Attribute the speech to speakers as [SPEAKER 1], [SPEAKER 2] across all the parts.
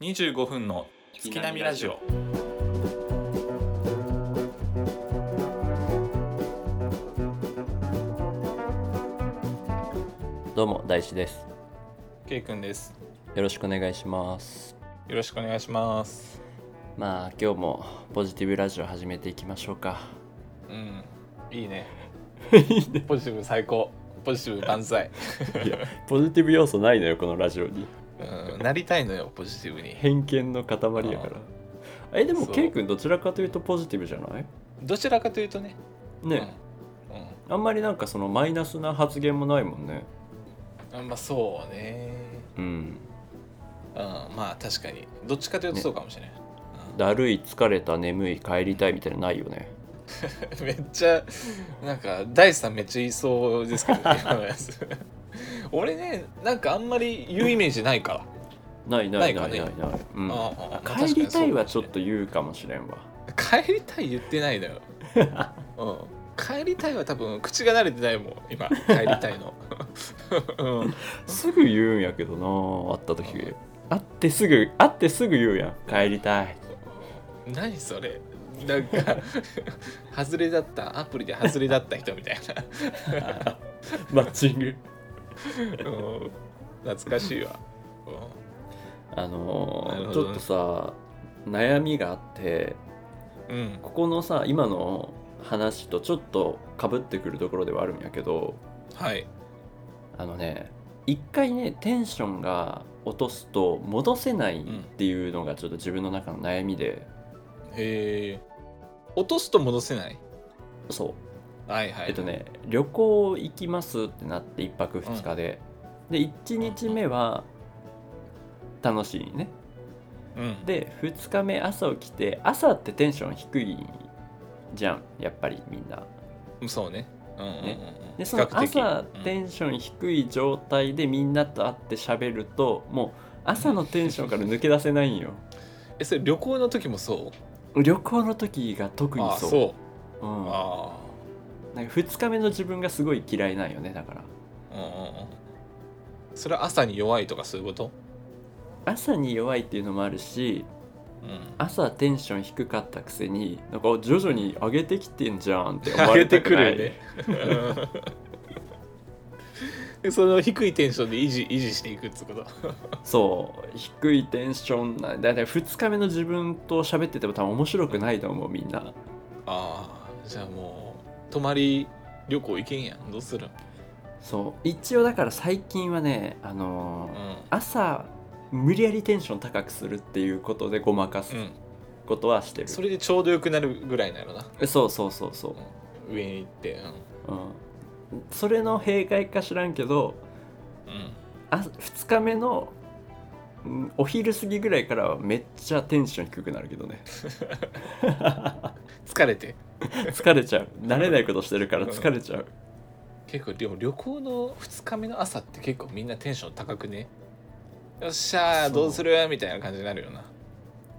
[SPEAKER 1] 25分の月並みラジオ。
[SPEAKER 2] どうも大志です。
[SPEAKER 1] けいくんです。
[SPEAKER 2] よろしくお願いします。
[SPEAKER 1] よろしくお願いします。
[SPEAKER 2] まあ今日もポジティブラジオ始めていきましょうか。
[SPEAKER 1] うん、いいね。ポジティブ最高。ポジティブ万歳。
[SPEAKER 2] いやポジティブ要素ないのよこのラジオに。
[SPEAKER 1] うん、なりたいのよ、ポジティブに。
[SPEAKER 2] 偏見の塊やから。えでも
[SPEAKER 1] そう
[SPEAKER 2] ケイ君どちらかというとポジティブじゃない？
[SPEAKER 1] どちらかというとね。
[SPEAKER 2] ね、
[SPEAKER 1] うん。うん
[SPEAKER 2] あんまりなんかそのマイナスな発言もないもんね。
[SPEAKER 1] あまあそうね。
[SPEAKER 2] うん。
[SPEAKER 1] うん、まあ確かに。どっちかというとそうかもしれない。
[SPEAKER 2] だるい疲れた眠い帰りたいみたいなのないよね。
[SPEAKER 1] うん、めっちゃ、なんか、大地さんめっちゃ言いそうですけど、ね、今のやつ 俺ね、なんかあんまり言うイメージないから。
[SPEAKER 2] ないない
[SPEAKER 1] な
[SPEAKER 2] ないい
[SPEAKER 1] か
[SPEAKER 2] な
[SPEAKER 1] ね
[SPEAKER 2] いない。うん
[SPEAKER 1] ああああ
[SPEAKER 2] 帰りたい
[SPEAKER 1] 確か
[SPEAKER 2] は
[SPEAKER 1] に
[SPEAKER 2] ち
[SPEAKER 1] そ
[SPEAKER 2] ょ
[SPEAKER 1] う
[SPEAKER 2] っ
[SPEAKER 1] かもしれん
[SPEAKER 2] と言うかもしれんわ。
[SPEAKER 1] 帰りたい言ってないの よ、うん、帰りたいは多分口が慣れてないもん今帰りたいの、 うん、
[SPEAKER 2] すぐ言うんやけどな会った時会ってすぐ会ってすぐ言うやん帰りたい
[SPEAKER 1] 何それなんか外れだったアプリで外れだった人みたい
[SPEAKER 2] マッチング
[SPEAKER 1] な、うん、懐かしいわ、
[SPEAKER 2] あの
[SPEAKER 1] なる
[SPEAKER 2] ー
[SPEAKER 1] ほ
[SPEAKER 2] ち
[SPEAKER 1] ど
[SPEAKER 2] ょっとさ悩みがあって
[SPEAKER 1] うんうん、
[SPEAKER 2] ここのさ今の話とちょっとかぶってくるところではあるんやけど
[SPEAKER 1] はい
[SPEAKER 2] あのね一回ねテンションが落とすと戻せないっていうのがちょっと自分の中の悩みで、
[SPEAKER 1] へえ落とすと戻せない
[SPEAKER 2] そう
[SPEAKER 1] はいはい、
[SPEAKER 2] えっとね旅行行きますってなって1泊2日で、で1日目は楽しいね
[SPEAKER 1] うん、
[SPEAKER 2] で2日目朝起きて朝ってテンション低いじゃんやっぱりみんな
[SPEAKER 1] そうねうんうんうんうん
[SPEAKER 2] でその
[SPEAKER 1] 比較
[SPEAKER 2] 朝
[SPEAKER 1] 的うん
[SPEAKER 2] テンション低い状態でみんなと会って喋るともう朝のテンションから抜け出せないんよ
[SPEAKER 1] えそれ旅行の時もそう
[SPEAKER 2] 旅行の時が特に
[SPEAKER 1] あ
[SPEAKER 2] そう、
[SPEAKER 1] そう
[SPEAKER 2] ん、なんか
[SPEAKER 1] あ
[SPEAKER 2] 2日目の自分がすごい嫌いなんよねだから
[SPEAKER 1] あうんうんうんそれは朝に弱いとかそういうこと
[SPEAKER 2] 朝に弱いっていうのもあるし
[SPEAKER 1] うん
[SPEAKER 2] 朝テンション低かったくせになんか徐々に上げてきてんじゃんって思われたくない
[SPEAKER 1] ねで その低いテンションで維持維持していくってこと
[SPEAKER 2] そう低いテンションなだいたい2日目の自分と喋ってても多分面白くないと思うみんな
[SPEAKER 1] ああじゃあもう泊まり旅行行けんやんどうするん
[SPEAKER 2] そう一応だから最近はねあの
[SPEAKER 1] う
[SPEAKER 2] ー
[SPEAKER 1] ん
[SPEAKER 2] 朝無理やりテンション高くするっていうことでごまかす
[SPEAKER 1] うん
[SPEAKER 2] ことはしてる、
[SPEAKER 1] それでちょうどよくなるぐらいなのな
[SPEAKER 2] そうそうそうそ
[SPEAKER 1] 上に行ってうん
[SPEAKER 2] う、うん、それの弊害か知らんけど
[SPEAKER 1] うん
[SPEAKER 2] あ2日目のうんお昼過ぎぐらいからはめっちゃテンション低くなるけどね
[SPEAKER 1] 疲れて
[SPEAKER 2] 疲れちゃう慣れないことしてるから疲れちゃう
[SPEAKER 1] 結構でも旅行の2日目の朝って結構みんなテンション高くねよっしゃー
[SPEAKER 2] そう
[SPEAKER 1] どうするみたいな感じになるよな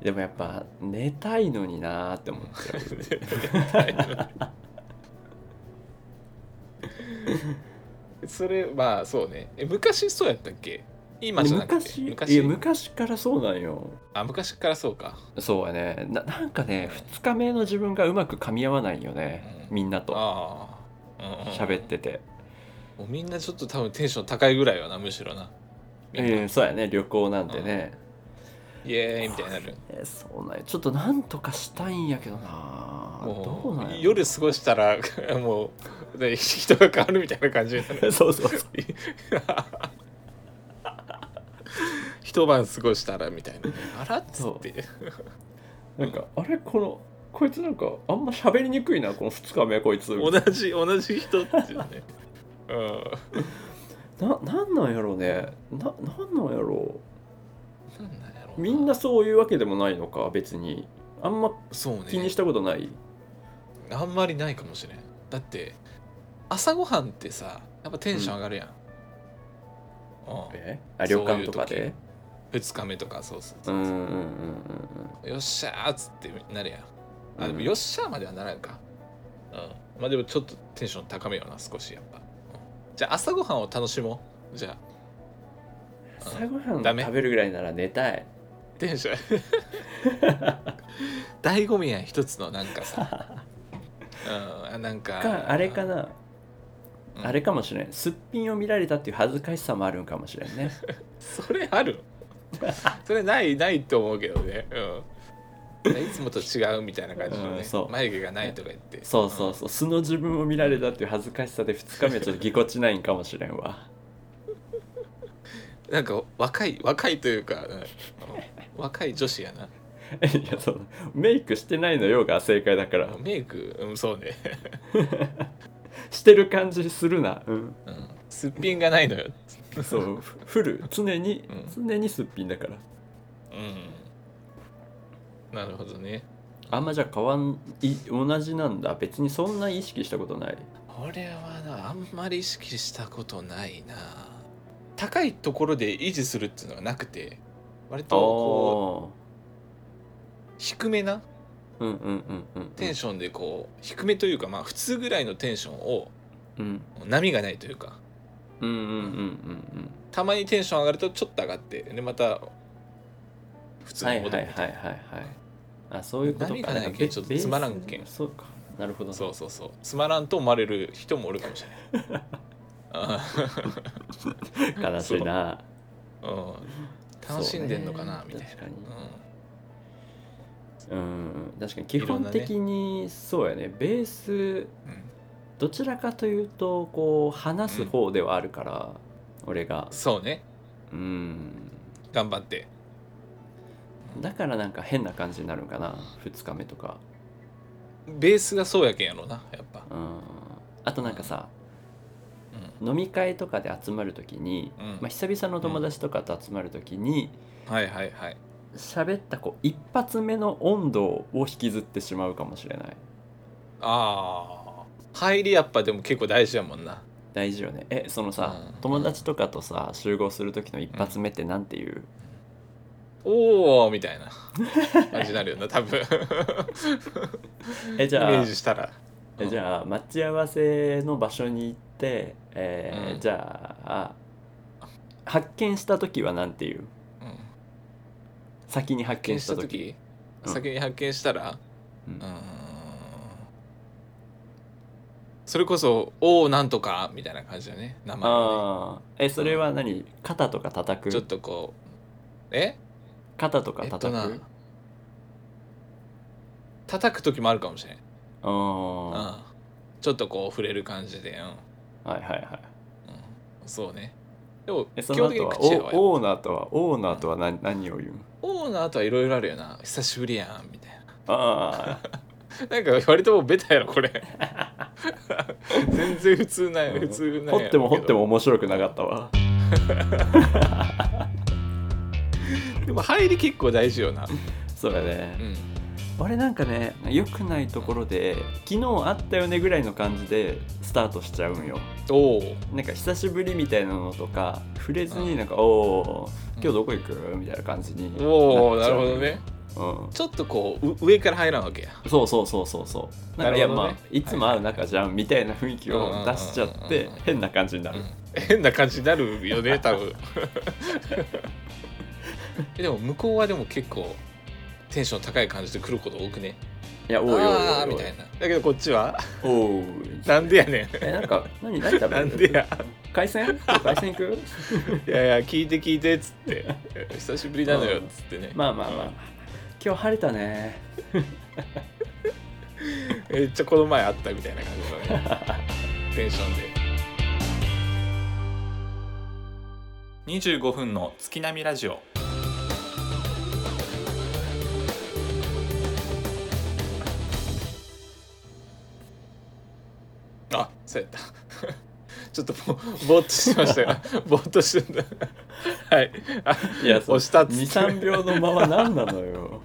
[SPEAKER 2] でもやっぱ寝たいのになーって思っちゃう
[SPEAKER 1] それまあそうねえ昔そうやったっけ今じゃなくて
[SPEAKER 2] 昔いや昔からそうなんよ
[SPEAKER 1] あ昔からそうか
[SPEAKER 2] そうやねななんかね2日目の自分がうまく噛み合わないよね
[SPEAKER 1] うん
[SPEAKER 2] みんなと
[SPEAKER 1] ああ
[SPEAKER 2] 喋ってて、
[SPEAKER 1] もうみんなちょっと多分テンション高いぐらいよなむしろなみんな
[SPEAKER 2] うん、そうやね旅行なんてね、
[SPEAKER 1] イエーイみたいになる
[SPEAKER 2] えそうなんやちょっとなんとかしたいんやけどなー
[SPEAKER 1] も
[SPEAKER 2] どうなんやろ
[SPEAKER 1] 夜過ごしたら もうで人が変わるみたいな感じになる
[SPEAKER 2] そうそうそう
[SPEAKER 1] 一晩過ごしたらみたいなあらっつ
[SPEAKER 2] そ
[SPEAKER 1] っ
[SPEAKER 2] う
[SPEAKER 1] て
[SPEAKER 2] なんか、あれこの、こいつなんか、あんま喋りにくいな、この2日目、こいつ。
[SPEAKER 1] 同じ同じ人っていうねう
[SPEAKER 2] な、なんなんやろうね。な、なんなん
[SPEAKER 1] んなんだ
[SPEAKER 2] やろ
[SPEAKER 1] ろう
[SPEAKER 2] う。みんなそういうわけでもないのか、別に。あんま
[SPEAKER 1] そうね
[SPEAKER 2] 気にしたことない。
[SPEAKER 1] あんまりないかもしれんだって朝ごはんってさやっぱテンション上がるやん、うん
[SPEAKER 2] えあ旅館とかで
[SPEAKER 1] 2日目とかそうそう
[SPEAKER 2] う
[SPEAKER 1] そ
[SPEAKER 2] ん
[SPEAKER 1] う
[SPEAKER 2] うんう
[SPEAKER 1] そう
[SPEAKER 2] ん
[SPEAKER 1] よっしゃーっつってなるやんあ
[SPEAKER 2] うん
[SPEAKER 1] でもよっしゃーまではならんかうんまあでもちょっとテンション高めよな少しやっぱ、うんじゃあ朝ごはんを楽しもうじゃあ
[SPEAKER 2] 朝ごは
[SPEAKER 1] ダメ
[SPEAKER 2] ん食べるぐらいなら寝たい。
[SPEAKER 1] テンション醍醐味やん一つのなんかさうんあなんか
[SPEAKER 2] かあれかな、
[SPEAKER 1] うん
[SPEAKER 2] あれかもしれんすっぴんを見られたっていう恥ずかしさもあるんかもしれん ね
[SPEAKER 1] それあるそれないないと思うけどね、うん、いつもと違うみたいな感じのね、
[SPEAKER 2] うんそう
[SPEAKER 1] 眉毛がないとか言って
[SPEAKER 2] そうそうそう素の自分を見られたっていう恥ずかしさで2日目はちょっとぎこちないんかもしれんわ
[SPEAKER 1] なんか若い若いというか、うんあの若い女子やない
[SPEAKER 2] やそうメイクしてないのよが正解だから
[SPEAKER 1] メイク、うん、そうね、
[SPEAKER 2] してる感じするなうん
[SPEAKER 1] うん、すっぴんがないのよ、
[SPEAKER 2] そうふフル常に、常にすっぴんだから
[SPEAKER 1] うん、なるほどね
[SPEAKER 2] あんまじゃあ変わんい同じなんだ別にそんな意識したことない
[SPEAKER 1] 俺はなあんまり意識したことないな高いところで維持するっていうのがなくて割とこ
[SPEAKER 2] お
[SPEAKER 1] う低めな
[SPEAKER 2] ーうんうんうんうんうん
[SPEAKER 1] テンションでこう低めというかまあ普通ぐらいのテンションを
[SPEAKER 2] うん
[SPEAKER 1] 波がないというか
[SPEAKER 2] うんうんうんうん
[SPEAKER 1] たまにテンション上がるとちょっと上がってでまた普
[SPEAKER 2] うん
[SPEAKER 1] 通
[SPEAKER 2] は
[SPEAKER 1] に
[SPEAKER 2] いはい
[SPEAKER 1] 戻
[SPEAKER 2] は
[SPEAKER 1] る
[SPEAKER 2] い
[SPEAKER 1] み
[SPEAKER 2] は
[SPEAKER 1] た
[SPEAKER 2] い
[SPEAKER 1] いな
[SPEAKER 2] はいあそういうことか
[SPEAKER 1] 波がないけんちょっとつまらんけん
[SPEAKER 2] ベースそうかなるほど
[SPEAKER 1] そうそうそうつまらんと思われる人もおるかもしれない あ
[SPEAKER 2] 悲しいな
[SPEAKER 1] あうん楽しんでんのかな
[SPEAKER 2] そう
[SPEAKER 1] み
[SPEAKER 2] ね
[SPEAKER 1] たいな
[SPEAKER 2] 確かに
[SPEAKER 1] うん
[SPEAKER 2] うん確かに基本的にそうやねベー
[SPEAKER 1] う
[SPEAKER 2] ス
[SPEAKER 1] ん
[SPEAKER 2] どちらかというとこう話す方ではあるから、俺が
[SPEAKER 1] そうね
[SPEAKER 2] うん
[SPEAKER 1] 頑張って
[SPEAKER 2] だからなんか変な感じになるんかな2日目とか
[SPEAKER 1] ベースがそうやけんやろなやっぱ
[SPEAKER 2] うんあとなんかさ飲み会とかで集まる時に、
[SPEAKER 1] うん
[SPEAKER 2] まあ、久々の友達とかと集まる時に
[SPEAKER 1] はいはいはい
[SPEAKER 2] 喋ったこう一発目の温度を引きずってしまうかもしれない
[SPEAKER 1] ああ入りやっぱでも結構大事やもんな
[SPEAKER 2] 大事よねえそのさ、
[SPEAKER 1] うん
[SPEAKER 2] 友達とかとさ集合する時の一発目ってなんていう、
[SPEAKER 1] おおみたいな感じになるよ な多分
[SPEAKER 2] え
[SPEAKER 1] イ
[SPEAKER 2] じ
[SPEAKER 1] メ
[SPEAKER 2] ゃあ
[SPEAKER 1] ージしたら
[SPEAKER 2] えじゃあ待ち合わせの場所に行って、えー
[SPEAKER 1] うん
[SPEAKER 2] じゃあ発見した時はなんていう
[SPEAKER 1] うん発
[SPEAKER 2] 先に発見
[SPEAKER 1] 見
[SPEAKER 2] し
[SPEAKER 1] したた
[SPEAKER 2] 時
[SPEAKER 1] 時
[SPEAKER 2] うん
[SPEAKER 1] 先に発見したら
[SPEAKER 2] うん
[SPEAKER 1] うーんそれこそ「おおなんとか」みたいな感じだね名前をね
[SPEAKER 2] ああえそれは何、肩とか叩く
[SPEAKER 1] ちょっとこうえ
[SPEAKER 2] 肩とか
[SPEAKER 1] えっ
[SPEAKER 2] 叩く、
[SPEAKER 1] とな叩く時もあるかもしれん
[SPEAKER 2] あー
[SPEAKER 1] う
[SPEAKER 2] は
[SPEAKER 1] んちょっとこう触れる感じで、うん
[SPEAKER 2] いはいはい
[SPEAKER 1] うん、そうねでも
[SPEAKER 2] え
[SPEAKER 1] 基
[SPEAKER 2] その
[SPEAKER 1] 本的
[SPEAKER 2] 後
[SPEAKER 1] に
[SPEAKER 2] は
[SPEAKER 1] 口やわ
[SPEAKER 2] おオーナーとはオーナーとは何,、何を言う
[SPEAKER 1] オーナーとはいろいろあるよな久しぶりやんみたいな
[SPEAKER 2] あ
[SPEAKER 1] なんか割ともうベタやろこれ 全然普通なん
[SPEAKER 2] あ
[SPEAKER 1] や普通なんや
[SPEAKER 2] 掘っても掘っても面白くなかったわ
[SPEAKER 1] でも入り結構大事よな
[SPEAKER 2] それね、
[SPEAKER 1] うん
[SPEAKER 2] 俺なんかね良くないところで昨日あったよねぐらいの感じでスタートしちゃうんよ
[SPEAKER 1] おー
[SPEAKER 2] なんか久しぶりみたいなのとか触れずになんか、おお今日どこ行くみたいな感じに
[SPEAKER 1] おおな
[SPEAKER 2] なっち
[SPEAKER 1] る
[SPEAKER 2] ゃう
[SPEAKER 1] ほどね
[SPEAKER 2] うん
[SPEAKER 1] ちょっとこうう上から入らんわけや
[SPEAKER 2] そうそうそうそうそうなんか、いや
[SPEAKER 1] なるほど
[SPEAKER 2] ま
[SPEAKER 1] ね
[SPEAKER 2] あいつも会う仲じゃんみたいな雰囲気を出しちゃっ
[SPEAKER 1] うんうん
[SPEAKER 2] て
[SPEAKER 1] うんうん
[SPEAKER 2] 変な感じになる、
[SPEAKER 1] 変な感じになるよ ね多分えでも向こうはでも結構テンション高い感じで来ること多くね
[SPEAKER 2] いやおいおいおい
[SPEAKER 1] あー
[SPEAKER 2] お
[SPEAKER 1] み
[SPEAKER 2] い
[SPEAKER 1] たいなだけどこっちは
[SPEAKER 2] おい
[SPEAKER 1] なんでやねん
[SPEAKER 2] えなんか何何食べる
[SPEAKER 1] なんでや
[SPEAKER 2] 海鮮今日海鮮行く
[SPEAKER 1] いやいや聞いて聞いてっつって 久しぶりなのよっつってね、
[SPEAKER 2] まあまあまあ今日晴れたね
[SPEAKER 1] めっちゃこの前あったみたいな感じのねテンションで25分の月並みラジオあそうやった ちょっとぼぼーっとしてました よぼーっとしてんだはいあ
[SPEAKER 2] いや
[SPEAKER 1] 押したっつって
[SPEAKER 2] 23秒のまま何なのよ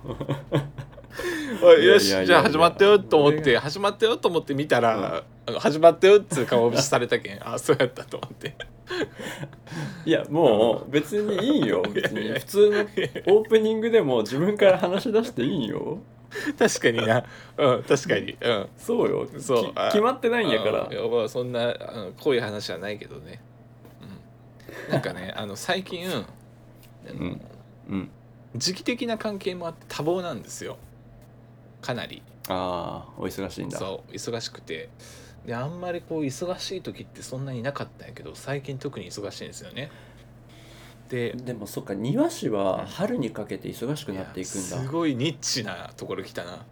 [SPEAKER 1] おい
[SPEAKER 2] いや
[SPEAKER 1] よ
[SPEAKER 2] いやいや
[SPEAKER 1] し
[SPEAKER 2] いや
[SPEAKER 1] じゃあ始まったよと思っ
[SPEAKER 2] 俺
[SPEAKER 1] て始まったよと思って見たら、あの始まったよっつう顔をされたけんあそうやったと思って
[SPEAKER 2] いやもう別にいいよ別
[SPEAKER 1] いやい
[SPEAKER 2] に
[SPEAKER 1] や
[SPEAKER 2] 普通のオープニングでも自分から話し出していいよ
[SPEAKER 1] 確かになうん確かにうん
[SPEAKER 2] そうよ
[SPEAKER 1] そう
[SPEAKER 2] き
[SPEAKER 1] あ
[SPEAKER 2] 決まってないんやから
[SPEAKER 1] あいやまあそんなあのこういう話はないけどね、うん、なんかねあの最近、
[SPEAKER 2] うんうん
[SPEAKER 1] 時期的な関係もあって多忙なんですよかなり
[SPEAKER 2] ああお忙しいんだ
[SPEAKER 1] そう忙しくてであんまりこう忙しい時ってそんなになかったんやけど最近特に忙しいんですよねで
[SPEAKER 2] でもそっか庭師は
[SPEAKER 1] うん
[SPEAKER 2] 春にかけて忙しくなっていくんだ
[SPEAKER 1] やすごいニッチなところ来たな、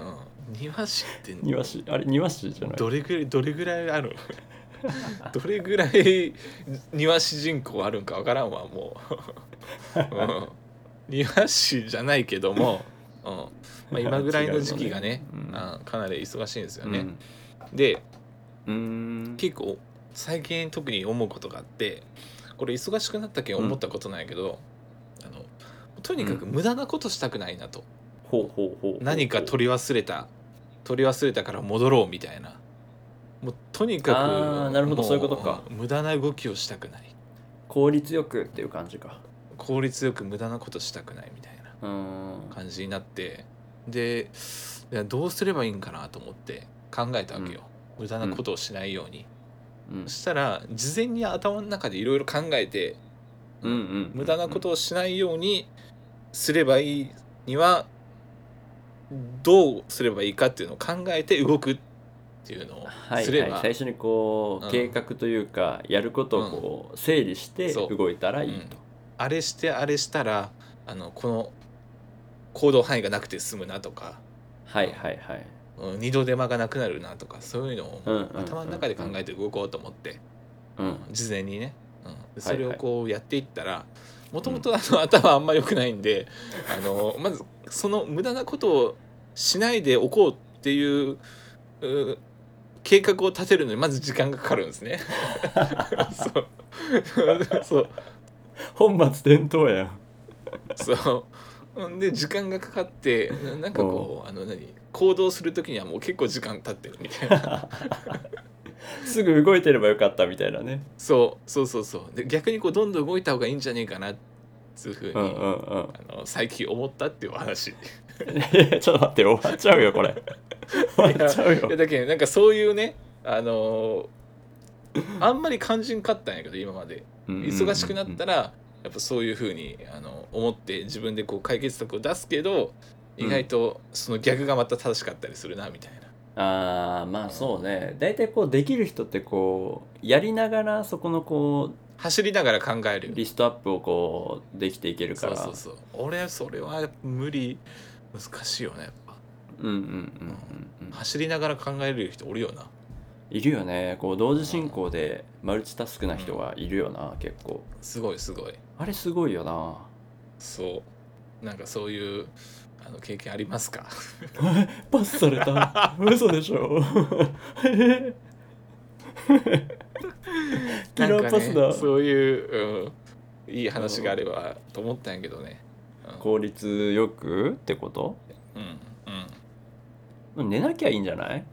[SPEAKER 1] うん、庭師って
[SPEAKER 2] 庭師あれ庭師じゃない
[SPEAKER 1] どれぐらいどれぐらいある どれぐらい庭師人口あるんかわからんわもう、うん、庭師じゃないけども、うんまあ、今ぐらいの時期がね
[SPEAKER 2] 違うのね
[SPEAKER 1] あかなり忙しいんですよ
[SPEAKER 2] う
[SPEAKER 1] ね、
[SPEAKER 2] ん
[SPEAKER 1] で
[SPEAKER 2] うーん
[SPEAKER 1] 結構最近特に思うことがあってこれ忙しくなったけん思ったことなんやけど、あのとにかく無駄なことしたくないなと、
[SPEAKER 2] ほうほうほうほう
[SPEAKER 1] 何か取り忘れた取り忘れたから戻ろうみたいなもうとにかく
[SPEAKER 2] あーなるほど
[SPEAKER 1] も
[SPEAKER 2] そういうことか
[SPEAKER 1] 無駄な動きをしたくない
[SPEAKER 2] 効率よくっていう感じか
[SPEAKER 1] 効率よく無駄なことしたくないみたいう
[SPEAKER 2] ーん
[SPEAKER 1] な感じになってでいやどうすればいいんかなと思って考えたわけよ、無駄なことをしないように、
[SPEAKER 2] うん
[SPEAKER 1] そしたら事前に頭の中でいろいろ考えて
[SPEAKER 2] うんうん
[SPEAKER 1] 無駄なことをしないようにすればいいにはどうすればいいかっていうのを考えて動くっていうのを
[SPEAKER 2] はい
[SPEAKER 1] すれば、
[SPEAKER 2] はい、最初にこう、
[SPEAKER 1] うん
[SPEAKER 2] 計画というかやることをこう整理して
[SPEAKER 1] そう
[SPEAKER 2] 動いたらいいと、
[SPEAKER 1] あれしてあれしたらあのこの行動範囲がなくて済むなとか
[SPEAKER 2] はいはいはい、
[SPEAKER 1] うん二度手間がなくなるなとかそういうのを
[SPEAKER 2] うんうんうんうん
[SPEAKER 1] 頭の中で考えて動こうと思って、
[SPEAKER 2] うん、
[SPEAKER 1] 事前にね、うんでそれをこうやっていったらもともと頭あんま良くないん で、あのまずその無駄なことをしないでおこうっていうう計画を立てるのにまず時間がかかるんです ね。そう そう
[SPEAKER 2] 本末転倒やん
[SPEAKER 1] そう。ほんで時間がかかってななんかこうあの何行動する時にはもう結構時間経ってるみたい な
[SPEAKER 2] すぐ動いてればよかったみたいなね
[SPEAKER 1] そうそうそうそうで逆にこうどんどん動いた方がいいんじゃねえかなっつうふうに、
[SPEAKER 2] うんうんうん
[SPEAKER 1] あの最近思ったっていうお話い
[SPEAKER 2] いやちょっと待って終わっちゃう よこれ終わっちゃうよ
[SPEAKER 1] やだけどなんかそういうねあのーあんまり肝心かったんやけど今まで忙しくなった
[SPEAKER 2] ら
[SPEAKER 1] らやっぱそういうふうにあの思って自分でこう解決策を出すけど意外とその逆がまた正しかったりするなみたいな。
[SPEAKER 2] あーまあそうね大体こうできる人ってこうやりながらそこのこう
[SPEAKER 1] 走りながら考えるよね
[SPEAKER 2] リストアップをこうできていけるから
[SPEAKER 1] そうそうそう俺それはやっぱ無理難しいよねやっぱ
[SPEAKER 2] うんうんうんうんうん
[SPEAKER 1] 走りながら考える人おるよない
[SPEAKER 2] るよねこう同時進行でマルチタスクな人がいるよな結構
[SPEAKER 1] すごいすごい
[SPEAKER 2] あれすごいよな
[SPEAKER 1] そうなんかそういうあの経験ありますか
[SPEAKER 2] パスされ た嘘でしょキラーパス
[SPEAKER 1] なん
[SPEAKER 2] だ
[SPEAKER 1] かねそういう、うん、いい話があればと思ったんやけどね
[SPEAKER 2] 効率よくってこと
[SPEAKER 1] うんうん
[SPEAKER 2] 寝なきゃいいんじゃない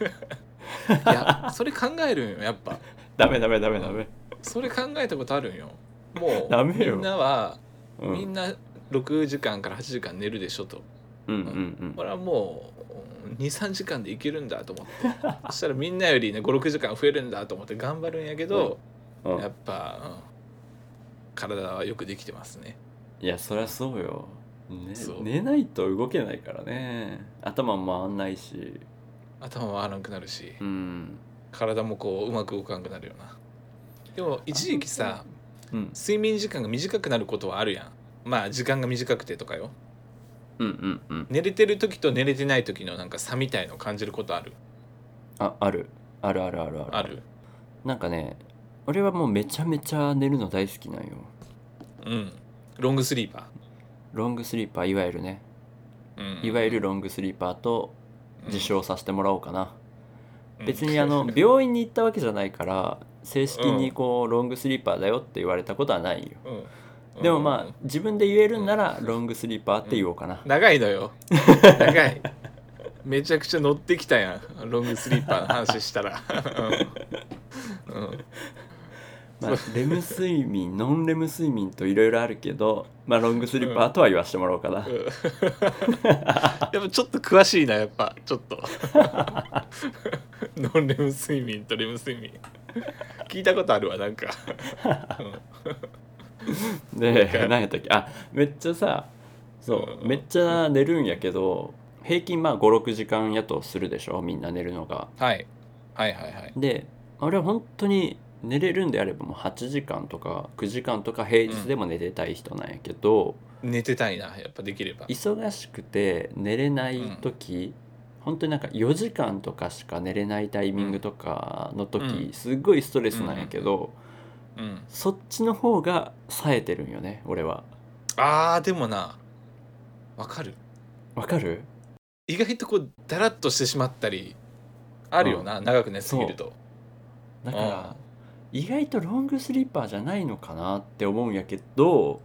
[SPEAKER 1] いや それ考えるんよやっぱ
[SPEAKER 2] ダメダメダメダメ、
[SPEAKER 1] それ考えたことあるんよもう
[SPEAKER 2] ダメよ
[SPEAKER 1] みんなは、
[SPEAKER 2] うん、
[SPEAKER 1] みんな6時間から8時間寝るでしょと
[SPEAKER 2] うんうん
[SPEAKER 1] これはもう23時間でいけるんだと 思ってそしたらみんなよりね56時間増えるんだと思って頑張るんやけど、
[SPEAKER 2] うんう
[SPEAKER 1] や
[SPEAKER 2] ん
[SPEAKER 1] っぱ、うん体はよくできてますね
[SPEAKER 2] いやそりゃそうよ、ね
[SPEAKER 1] そう
[SPEAKER 2] 寝ないと動けないからね頭も回んないし
[SPEAKER 1] 頭も荒くなるし
[SPEAKER 2] うん
[SPEAKER 1] 体もこううまく動かなくなるよなでも一時期さ
[SPEAKER 2] うん
[SPEAKER 1] 睡眠時間が短くなることはあるやんまあ時間が短くてとかよ
[SPEAKER 2] うんうんうん
[SPEAKER 1] 寝れてる時と寝れてない時のなんか差みたいの感じることある
[SPEAKER 2] ああるあるあるあるある
[SPEAKER 1] ある
[SPEAKER 2] なんかね俺はもうめちゃめちゃ寝るの大好きなんよ
[SPEAKER 1] うんロングスリーパ
[SPEAKER 2] ロングスリーパーいわゆるね
[SPEAKER 1] ー、うん、
[SPEAKER 2] いわゆるロングスリーパーと自称させてもらおうかな、
[SPEAKER 1] うん
[SPEAKER 2] 別にあ の病院に行ったわけじゃないから正式にこうロングスリーパーだよって言われたことはないよ
[SPEAKER 1] うんうん
[SPEAKER 2] でもまあ自分で言えるんならロングスリーパーって言おうかな、
[SPEAKER 1] 長いのよ長いめちゃくちゃ乗ってきたやんロングスリーパーの話したらうん、うん
[SPEAKER 2] まあ、レム睡 眠ノンレム睡眠といろいろあるけど、まあ、ロングスリーパーとは言わせてもらおうかな、
[SPEAKER 1] やっぱちょっと詳しいなやっぱちょっ とノンレム睡眠とレム睡眠聞いたことあるわなんか、うん
[SPEAKER 2] で何やったっけあめっちゃさそう、
[SPEAKER 1] うん
[SPEAKER 2] めっちゃ寝るんやけど平均まあ56時間やとするでしょみんな寝るのが
[SPEAKER 1] はいはいはいはい
[SPEAKER 2] であれは本当に寝れるんであればもう8時間とか9時間とか平日でも寝てたい人なんやけど、
[SPEAKER 1] 寝てたいなやっぱできれば
[SPEAKER 2] 忙しくて寝れない時、本当になんか4時間とかしか寝れないタイミングとかの時、
[SPEAKER 1] うん
[SPEAKER 2] すっごいストレスなんやけど、
[SPEAKER 1] うん
[SPEAKER 2] そっちの方が冴えてるんよね俺は
[SPEAKER 1] あーでもなわかる
[SPEAKER 2] わかる
[SPEAKER 1] 意外とこうだらっとしてしまったりあるよな、長く寝すぎると
[SPEAKER 2] だから意外とロングスリーパーじゃないのかなって思うんやけど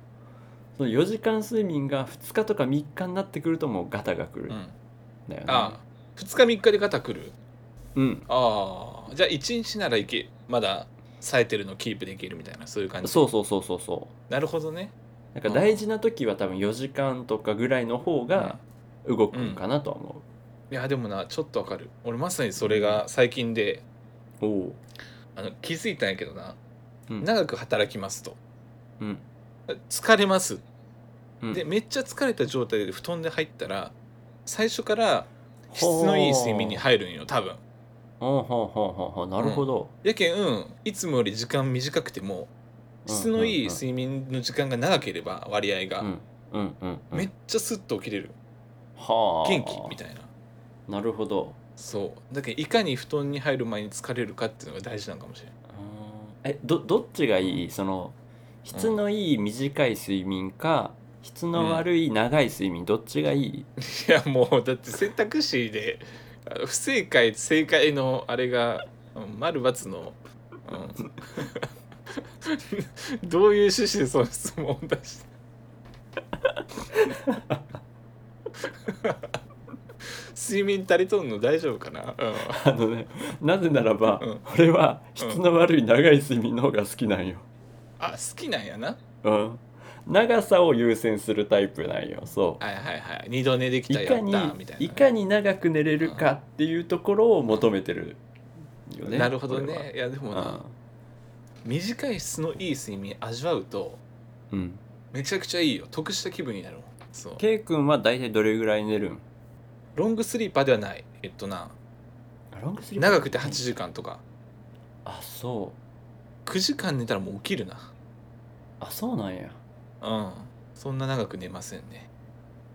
[SPEAKER 2] その4時間睡眠が2日とか3日になってくるともうガタがくる
[SPEAKER 1] う
[SPEAKER 2] んだ
[SPEAKER 1] ん
[SPEAKER 2] よね、
[SPEAKER 1] あ2日3日で肩くる
[SPEAKER 2] うん
[SPEAKER 1] ああじゃあ1日ならいけまだ冴えてるのキープできるみたいなそういう感じ
[SPEAKER 2] そうそうそうそうそ
[SPEAKER 1] なるほどね
[SPEAKER 2] うなんか大事な時は多分4時間とかぐらいの方が動くんかなとは思
[SPEAKER 1] いやでもなちょっとわかる俺まさにそれが最近で
[SPEAKER 2] う、おお
[SPEAKER 1] あの気づいたんやけどな、
[SPEAKER 2] うん
[SPEAKER 1] 長く働きますと
[SPEAKER 2] うん
[SPEAKER 1] 疲れます
[SPEAKER 2] うん
[SPEAKER 1] でめっちゃ疲れた状態で布団で入ったら最初から質のいい睡眠に入るんよ多分
[SPEAKER 2] ほうほうほうほうほうなるほど、
[SPEAKER 1] やけん、うん、いつもより時間短くても質のいい睡眠の時間が長ければ割合が、
[SPEAKER 2] うんうんうんうん
[SPEAKER 1] めっちゃスッと起きれる
[SPEAKER 2] はあ
[SPEAKER 1] 元気みたいな
[SPEAKER 2] なるほど
[SPEAKER 1] そうだけどいかに布団に入る前に疲れるかっていうのが大事なのかもしれない
[SPEAKER 2] あーえどどっちがいいその質のいい短い睡眠か、質の悪い長い睡眠どっちがい
[SPEAKER 1] い
[SPEAKER 2] い、
[SPEAKER 1] やもうだって選択肢であの不正解正解のあれがうん丸×の、うん どういう趣旨でその質問を出した 睡眠足りとんの大丈夫かな、うん
[SPEAKER 2] あのねなぜならば、
[SPEAKER 1] うん
[SPEAKER 2] 俺は質の悪い長い睡眠の方が好きなんよ、
[SPEAKER 1] あ好きなんやな
[SPEAKER 2] うん、長さを優先するタイプなんよそ
[SPEAKER 1] はいはいはい二度寝でき
[SPEAKER 2] う
[SPEAKER 1] た
[SPEAKER 2] い
[SPEAKER 1] や
[SPEAKER 2] か
[SPEAKER 1] ったみ
[SPEAKER 2] に
[SPEAKER 1] たいなね、
[SPEAKER 2] いかに長く寝れるかっていうところを求めてるよね
[SPEAKER 1] なるほど
[SPEAKER 2] 俺は
[SPEAKER 1] ねいやでもな短い質のいい睡眠味わうと
[SPEAKER 2] うん、うん、
[SPEAKER 1] めちゃくちゃいいよ得した気分になるもんそう
[SPEAKER 2] K 君は大体どれぐらい寝るん
[SPEAKER 1] ロングスリーパーではないえっとな
[SPEAKER 2] あロングスリーパー
[SPEAKER 1] 長くて8時間とか
[SPEAKER 2] あそう
[SPEAKER 1] 9時間寝たらもう起きるな
[SPEAKER 2] あそうなんや
[SPEAKER 1] うんそんな長く寝ませんね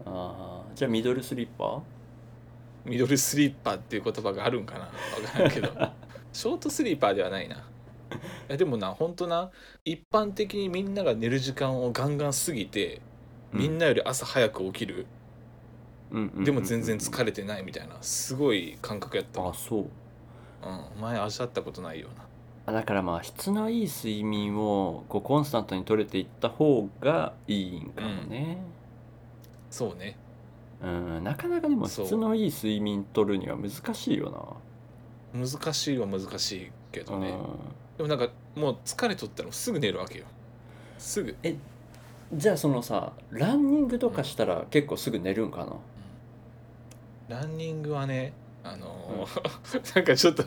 [SPEAKER 2] あーじゃあミドルスリッパー
[SPEAKER 1] ミドルスリーパーっていう言葉があるんかなわからんけ どショートスリーパーではないないやでもなほんとな一般的にみんなが寝る時間をガンガン過ぎてみん
[SPEAKER 2] な、
[SPEAKER 1] なより朝早く起きる、
[SPEAKER 2] うんうんうん
[SPEAKER 1] でも全然疲れてないみたいなすごい感覚やった
[SPEAKER 2] あ
[SPEAKER 1] わ、
[SPEAKER 2] そう
[SPEAKER 1] うん、前味わったことないような
[SPEAKER 2] あだからまあ質のいい睡眠をこうコンスタントに取れていった方がいいんかもね、
[SPEAKER 1] そうね
[SPEAKER 2] うん、なかなかでも
[SPEAKER 1] そう
[SPEAKER 2] 質のいい睡眠取るには難しいよ
[SPEAKER 1] 難しいは難しいけ
[SPEAKER 2] な、
[SPEAKER 1] ど
[SPEAKER 2] うん
[SPEAKER 1] ね、でもなんかもう疲れとったらすぐ寝るわけよすぐ
[SPEAKER 2] じゃあそのさランニングとかしたら結構すぐ寝るんかな、
[SPEAKER 1] ランニングはねあのー なんかちょっと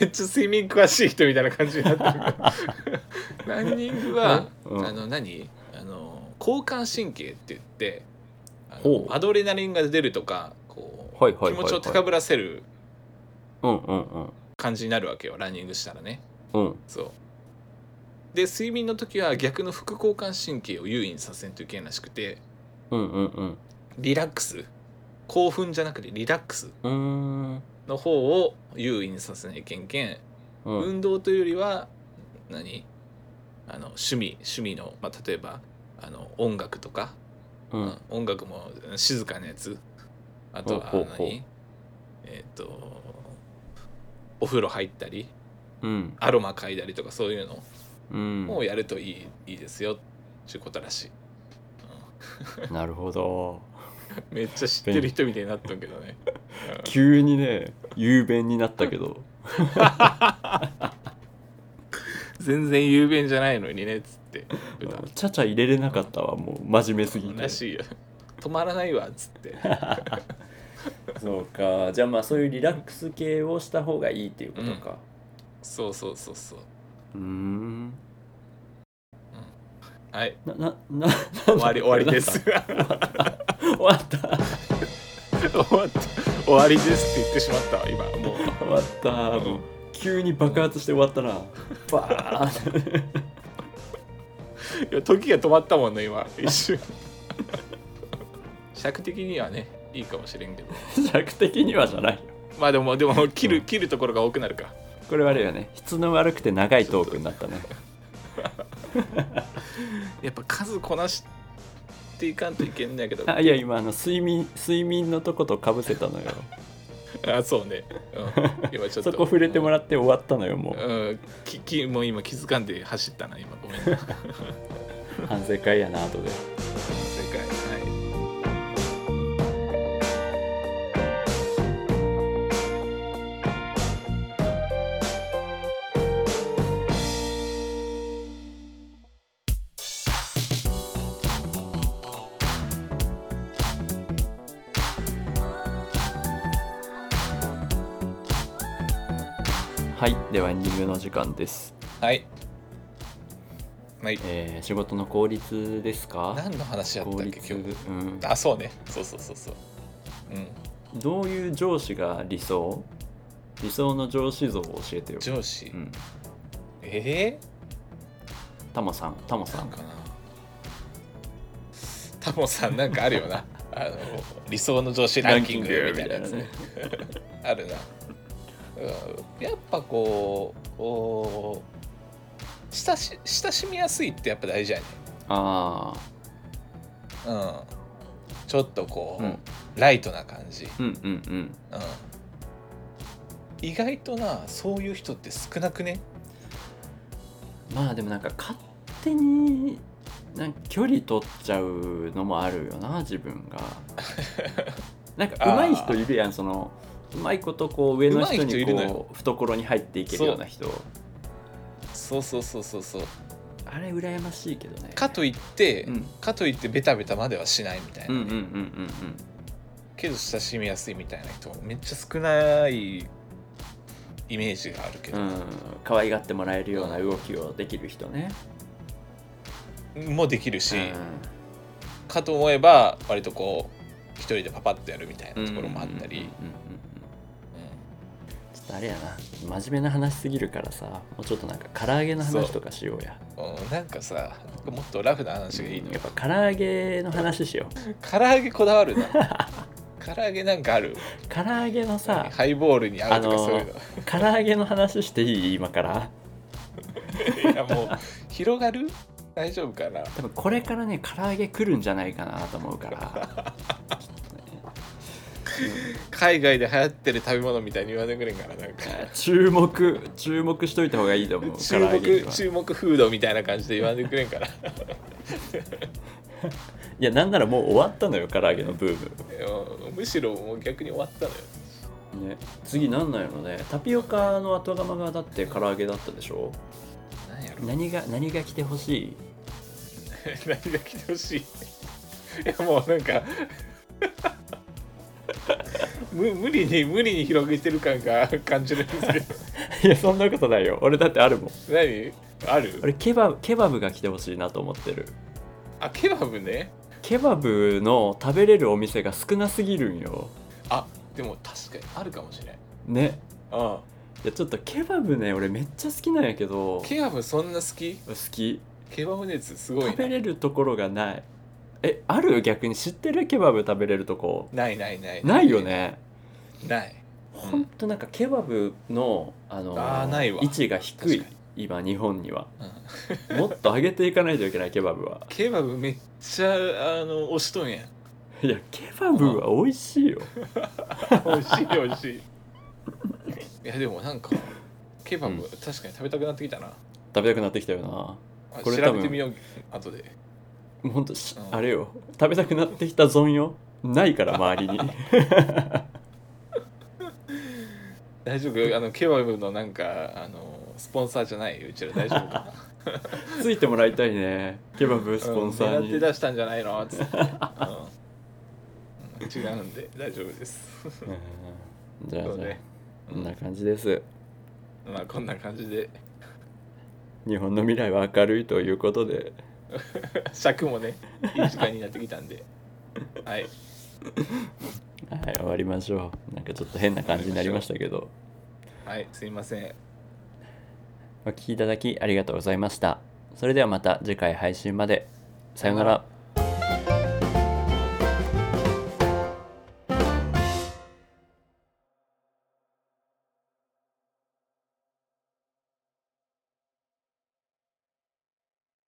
[SPEAKER 1] めっちゃ睡眠詳しい人みたいな感じになってる ランニングは、
[SPEAKER 2] うん
[SPEAKER 1] あの何あのー交感神経って言ってあの
[SPEAKER 2] ほう
[SPEAKER 1] アドレナリンが出るとかこう、
[SPEAKER 2] はいはいはいは
[SPEAKER 1] 気
[SPEAKER 2] い
[SPEAKER 1] 持ちを高ぶらせる
[SPEAKER 2] うんうんうん
[SPEAKER 1] 感じになるわけよランニングしたらね
[SPEAKER 2] うん
[SPEAKER 1] そうで睡眠の時は逆の副交感神経を優位にさせんといけんらしくて
[SPEAKER 2] うんうんうん
[SPEAKER 1] リラックス興奮じゃなくてリラックス
[SPEAKER 2] うーん
[SPEAKER 1] の方を優位にさせないけんけん
[SPEAKER 2] うん
[SPEAKER 1] 運動というよりは何あの趣味趣味の、まあ、例えばあの音楽とか、
[SPEAKER 2] う
[SPEAKER 1] うん
[SPEAKER 2] ん
[SPEAKER 1] 音楽も静かなやつあとは
[SPEAKER 2] ほうほうほう
[SPEAKER 1] 何えっ、とお風呂入ったり
[SPEAKER 2] うん
[SPEAKER 1] アロマ嗅いだりとかそういう
[SPEAKER 2] うん
[SPEAKER 1] のをやるといい,、いいですよっていうことらしい
[SPEAKER 2] なるほど
[SPEAKER 1] めっちゃ知ってる人みたいになったんけどね
[SPEAKER 2] 急にね雄弁になったけど
[SPEAKER 1] 全然雄弁じゃないのにねっつって歌
[SPEAKER 2] うんちゃちゃ入れれなかったわもう真面 目すぎて
[SPEAKER 1] らしいよ止まらないわっつ って
[SPEAKER 2] そうかじゃあまあそういうリラックス系をした方がいいっていうことか
[SPEAKER 1] そうそうそうそう
[SPEAKER 2] うーん
[SPEAKER 1] はい
[SPEAKER 2] ななな
[SPEAKER 1] 終わり終わりです
[SPEAKER 2] 終わった
[SPEAKER 1] 終わった終わりですって言ってしまった今もう
[SPEAKER 2] 終わったもう急に爆発して終わったなバーン
[SPEAKER 1] いや時が止まったもんね今一瞬尺的にはねいいかもしれんけど
[SPEAKER 2] 尺的にはじゃないよ
[SPEAKER 1] まあでもでも切る切るところが多くなるか
[SPEAKER 2] これはあれよね質の悪くて長いトークになったね
[SPEAKER 1] やっぱ数こなしていかんといけんねやけど
[SPEAKER 2] あいや今あの睡眠睡眠のとことかぶせたのよ
[SPEAKER 1] あそうね、うん、今 ちょっと
[SPEAKER 2] そこ触れても
[SPEAKER 1] ら
[SPEAKER 2] らって終わったのよもう
[SPEAKER 1] うん、ききもう今気づかんで走ったな今ご めんな正解
[SPEAKER 2] 反省会やな後で
[SPEAKER 1] はい
[SPEAKER 2] はいではエンディングの時間です、
[SPEAKER 1] はい。はい。
[SPEAKER 2] えー仕事の効率ですか
[SPEAKER 1] 何の話やったっ
[SPEAKER 2] 効
[SPEAKER 1] け
[SPEAKER 2] 率
[SPEAKER 1] 今日。
[SPEAKER 2] うん、
[SPEAKER 1] あ、そうね。そうそうそうそう。うん。
[SPEAKER 2] どういう上司が理想理想の上司像を教えてよ、
[SPEAKER 1] 上司。
[SPEAKER 2] うん、
[SPEAKER 1] ええ
[SPEAKER 2] タモさんタモさ
[SPEAKER 1] なん
[SPEAKER 2] ん
[SPEAKER 1] かな。タモさんなんかあるよ な。あの理想の上司ランキングみたいなやつね。あるな。うんやっぱこう、おー親し親しみやすいってやっぱ大事やね。
[SPEAKER 2] ああ
[SPEAKER 1] うん。ちょっとこう、
[SPEAKER 2] うん
[SPEAKER 1] ライトな感じ。
[SPEAKER 2] うんうんうん
[SPEAKER 1] うん意外となそういう人って少なくね
[SPEAKER 2] まあでもなんか勝手になんか距離取っちゃうのもあるよな自分 がなんか上手い人いるやんそのうまいことこう上の人
[SPEAKER 1] 上手い
[SPEAKER 2] に
[SPEAKER 1] 人いるの
[SPEAKER 2] こ
[SPEAKER 1] よ
[SPEAKER 2] う懐に入っていけるような人
[SPEAKER 1] そうそうそうそうそう
[SPEAKER 2] あれ羨ましいけどね
[SPEAKER 1] かといって、
[SPEAKER 2] うん
[SPEAKER 1] かといってベタベタまではしないみたいな、
[SPEAKER 2] うんうんうんうん
[SPEAKER 1] けど親しみやすいみたいな人めっちゃ少ないイメージがあるけ
[SPEAKER 2] う
[SPEAKER 1] ど
[SPEAKER 2] ん、うん可愛がってもらえるような動きをできる人ね、
[SPEAKER 1] もできるし、
[SPEAKER 2] う
[SPEAKER 1] かと思えば割とこう一人でパパッとやるみたい
[SPEAKER 2] ん、
[SPEAKER 1] なところもあった
[SPEAKER 2] うんうん
[SPEAKER 1] り、
[SPEAKER 2] うんうんちょっとあれやな真面目な話すぎるからさもうちょっとなんか唐揚げの話とかしようや
[SPEAKER 1] うんうんなんかさなんかもっとラフな話がいいの
[SPEAKER 2] や
[SPEAKER 1] よ
[SPEAKER 2] っぱ唐揚げの話しよう
[SPEAKER 1] 唐揚げこだわるな 唐揚げなんかある
[SPEAKER 2] 唐揚げのさ
[SPEAKER 1] ハイボールに合うとかそういうの、
[SPEAKER 2] 唐揚げの話していい今から
[SPEAKER 1] いやもう広がる大丈夫かな
[SPEAKER 2] 多分これからね唐揚げ来るんじゃないかなと思うから
[SPEAKER 1] 海外で流行ってる食べ物みたいに言わんでくれんからなんか
[SPEAKER 2] 注目注目しといた方がいいと 思う
[SPEAKER 1] 注
[SPEAKER 2] 唐揚げに
[SPEAKER 1] 目
[SPEAKER 2] は
[SPEAKER 1] 注目フードみたいな感じで言わんでくれんから
[SPEAKER 2] いやなんならもう終わったのよ唐揚げのブー
[SPEAKER 1] いやむしろもう逆に終わったのよ
[SPEAKER 2] ム、ね、次なんなんやろねタピオカの後釜がだって唐揚げだったでしょ
[SPEAKER 1] 何やろ
[SPEAKER 2] 何が何が来てほしい
[SPEAKER 1] 何が来てほしいいやもうなんか無無理に無理に広げてる感が感じるんですけど
[SPEAKER 2] いや そんなことないよ俺だってあるもん
[SPEAKER 1] 何ある
[SPEAKER 2] 俺ケバブケバブが来てほしいなと思ってる
[SPEAKER 1] あケバブね
[SPEAKER 2] ケバブの食べれるお店が少なすぎるんよ
[SPEAKER 1] あでも確かにあるかもしれん
[SPEAKER 2] ね
[SPEAKER 1] うん
[SPEAKER 2] いやちょっとケバブね俺めっちゃ好きなんやけど好
[SPEAKER 1] ケバブそんな好き
[SPEAKER 2] き
[SPEAKER 1] ケバブ熱すごい
[SPEAKER 2] 食べ
[SPEAKER 1] な
[SPEAKER 2] れるところがないえある逆に知ってるケバブ食べれるとこ
[SPEAKER 1] ないないない
[SPEAKER 2] ないよね
[SPEAKER 1] ない
[SPEAKER 2] ほんとなんかケバブのあの
[SPEAKER 1] あーないわ
[SPEAKER 2] 位置が低い
[SPEAKER 1] 確か
[SPEAKER 2] 今日本には
[SPEAKER 1] うん
[SPEAKER 2] もっと上げていかないといけないケバブは
[SPEAKER 1] ケバブめっちゃあの押しとん やん
[SPEAKER 2] いやケバブは美味しいよ
[SPEAKER 1] 美味しい美味しいいやでもなんかケバブ、
[SPEAKER 2] うん
[SPEAKER 1] 確かに食べたくなってきたな
[SPEAKER 2] 食べたくなってきたよな
[SPEAKER 1] あ
[SPEAKER 2] これ多
[SPEAKER 1] 調べ
[SPEAKER 2] 分
[SPEAKER 1] てみよう後で
[SPEAKER 2] もうほんとし
[SPEAKER 1] うん
[SPEAKER 2] あれよ食べたくなってきたぞんよないから周 りに
[SPEAKER 1] 大丈夫あのケバブのなんかあのスポンサーじゃないうちら大丈夫 かな
[SPEAKER 2] ついてもらいたいねケバブスポンサー
[SPEAKER 1] うん
[SPEAKER 2] に、
[SPEAKER 1] 狙って出したんじゃない のつって、うん、違うんで大丈夫です
[SPEAKER 2] うんじゃあ
[SPEAKER 1] そ
[SPEAKER 2] じ
[SPEAKER 1] う
[SPEAKER 2] ゃあ
[SPEAKER 1] ね、
[SPEAKER 2] こんな感じです
[SPEAKER 1] まあこんな感じで
[SPEAKER 2] 日本の未来は明るいということで
[SPEAKER 1] 尺もねいい時間になってきたんではい
[SPEAKER 2] はい終わりましょうなんかちょっと変な感じになりましたけど
[SPEAKER 1] はいすいません
[SPEAKER 2] お聞きいただきありがとうございましたそれではまた次回配信までさようなら